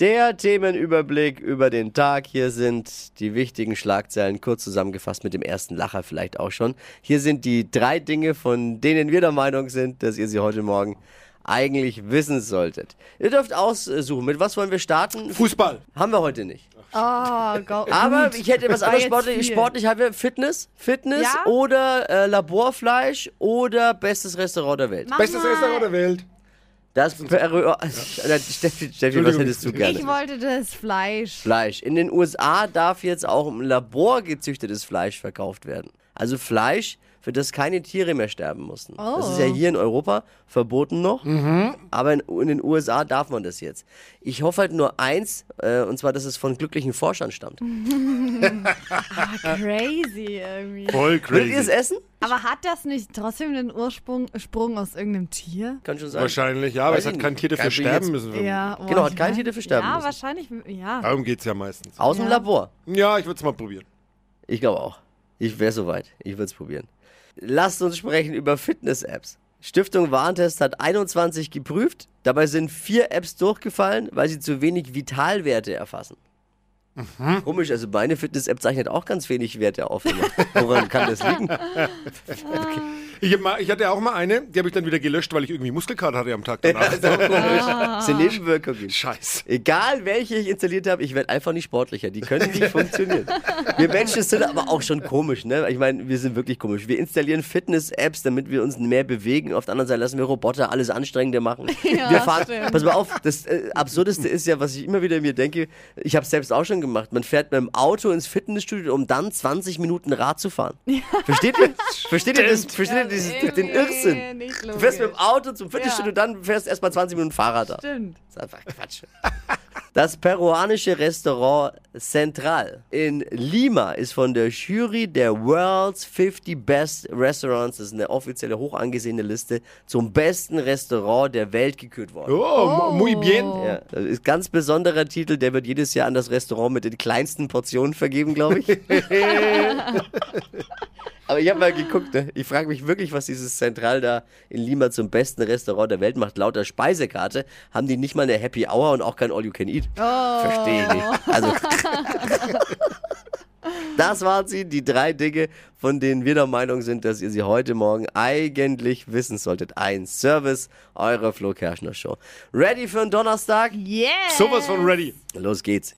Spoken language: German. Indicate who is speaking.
Speaker 1: Der Themenüberblick über den Tag. Hier sind die wichtigen Schlagzeilen kurz zusammengefasst mit dem ersten Lacher vielleicht auch schon. Hier sind die drei Dinge, von denen wir der Meinung sind, dass ihr sie heute Morgen eigentlich wissen solltet. Ihr dürft aussuchen, mit was wollen wir starten?
Speaker 2: Fußball.
Speaker 1: Haben wir heute nicht.
Speaker 3: Oh, go,
Speaker 1: Aber
Speaker 3: gut.
Speaker 1: ich hätte was
Speaker 3: war
Speaker 1: anderes
Speaker 3: jetzt
Speaker 1: sportlich.
Speaker 3: viel.
Speaker 1: Sportlich haben wir Fitness, Fitness
Speaker 3: Ja?
Speaker 1: oder äh, Laborfleisch oder bestes Restaurant der Welt.
Speaker 3: Mach
Speaker 2: Bestes
Speaker 3: mal.
Speaker 2: Restaurant der Welt.
Speaker 1: Das wäre- Steffi, Steffi, was
Speaker 2: Entschuldigung.
Speaker 1: hättest du gerne?
Speaker 3: Ich wollte das Fleisch.
Speaker 1: Fleisch. In den USA darf jetzt auch im Labor gezüchtetes Fleisch verkauft werden. Also Fleisch, für das keine Tiere mehr sterben mussten. Das ist ja hier in Europa verboten noch, aber in, in den USA darf man das jetzt. Ich hoffe halt nur eins, äh, und zwar, dass es von glücklichen Forschern stammt.
Speaker 3: Crazy irgendwie.
Speaker 4: Voll
Speaker 1: Würdet ihr es
Speaker 4: crazy.
Speaker 1: essen?
Speaker 3: Aber hat das nicht trotzdem den Ursprung Sprung aus irgendeinem Tier?
Speaker 1: Kann schon sein.
Speaker 4: Wahrscheinlich, ja, aber
Speaker 1: Weiß
Speaker 4: es
Speaker 1: ich
Speaker 4: hat kein
Speaker 1: nicht.
Speaker 4: Tier dafür
Speaker 1: Kann ich
Speaker 4: sterben
Speaker 1: jetzt-
Speaker 4: müssen.
Speaker 3: Ja, oh,
Speaker 1: Genau, hat
Speaker 3: ich
Speaker 1: kein
Speaker 3: weiß-
Speaker 1: Tier dafür sterben
Speaker 3: Ja,
Speaker 1: müssen.
Speaker 3: wahrscheinlich, ja.
Speaker 4: Darum geht es ja meistens.
Speaker 1: Aus dem
Speaker 3: Ja.
Speaker 1: Labor.
Speaker 4: Ja, ich würde es mal probieren.
Speaker 1: Ich glaube auch. Ich wäre soweit. Ich würde es probieren. Lasst uns sprechen über Fitness-Apps. Stiftung Warentest hat 21 geprüft. Dabei sind vier Apps durchgefallen, weil sie zu wenig Vitalwerte erfassen. Komisch, also meine Fitness-App zeichnet auch ganz wenig Werte auf. Immer. Woran kann das liegen?
Speaker 4: Ich, hab mal, ich hatte auch mal eine, die habe ich dann wieder gelöscht, weil ich irgendwie Muskelkater hatte am Tag danach.
Speaker 1: Das sind Nebenwirkungen.
Speaker 4: Scheiß.
Speaker 1: Egal welche ich installiert habe, ich werde einfach nicht sportlicher. Die können nicht funktionieren. Wir Menschen sind aber auch schon komisch, ne? Ich meine, wir sind wirklich komisch. Wir installieren Fitness-Apps, damit wir uns mehr bewegen. Auf der anderen Seite lassen wir Roboter alles anstrengender machen.
Speaker 3: Ja,
Speaker 1: wir fahren,
Speaker 3: stimmt.
Speaker 1: pass mal auf, das äh, Absurdeste ist ja, was ich immer wieder mir denke, ich habe selbst auch schon gemacht. Man fährt mit dem Auto ins Fitnessstudio, um dann 20 Minuten Rad zu fahren. Versteht ihr? Versteht ihr das? Versteht ihr dieses, den Irrsinn?
Speaker 3: Nicht
Speaker 1: Du fährst mit dem Auto zum Fitnessstudio,
Speaker 3: Ja.
Speaker 1: dann fährst erst mal 20 Minuten Fahrrad da.
Speaker 3: Stimmt.
Speaker 1: Das ist einfach Quatsch. Das peruanische Restaurant Central in Lima ist von der Jury der World's 50 Best Restaurants, das ist eine offizielle, hoch angesehene Liste, zum besten Restaurant der Welt gekürt worden.
Speaker 4: Oh, mu- muy bien.
Speaker 1: Ja, das ist ein ganz besonderer Titel, der wird jedes Jahr an das Restaurant mit den kleinsten Portionen vergeben, glaube ich. Aber ich habe mal geguckt, ne? ich frage mich wirklich, was dieses Zentral da in Lima zum besten Restaurant der Welt macht. Laut der Speisekarte haben die nicht mal eine Happy Hour und auch kein All You Can Eat. Verstehe ich nicht. Also. Das waren sie, die drei Dinge, von denen wir der Meinung sind, dass ihr sie heute Morgen eigentlich wissen solltet. Ein Service eurer Flo Kerschner Show. Ready für einen Donnerstag?
Speaker 3: Yeah.
Speaker 4: Sowas von ready.
Speaker 1: Los geht's.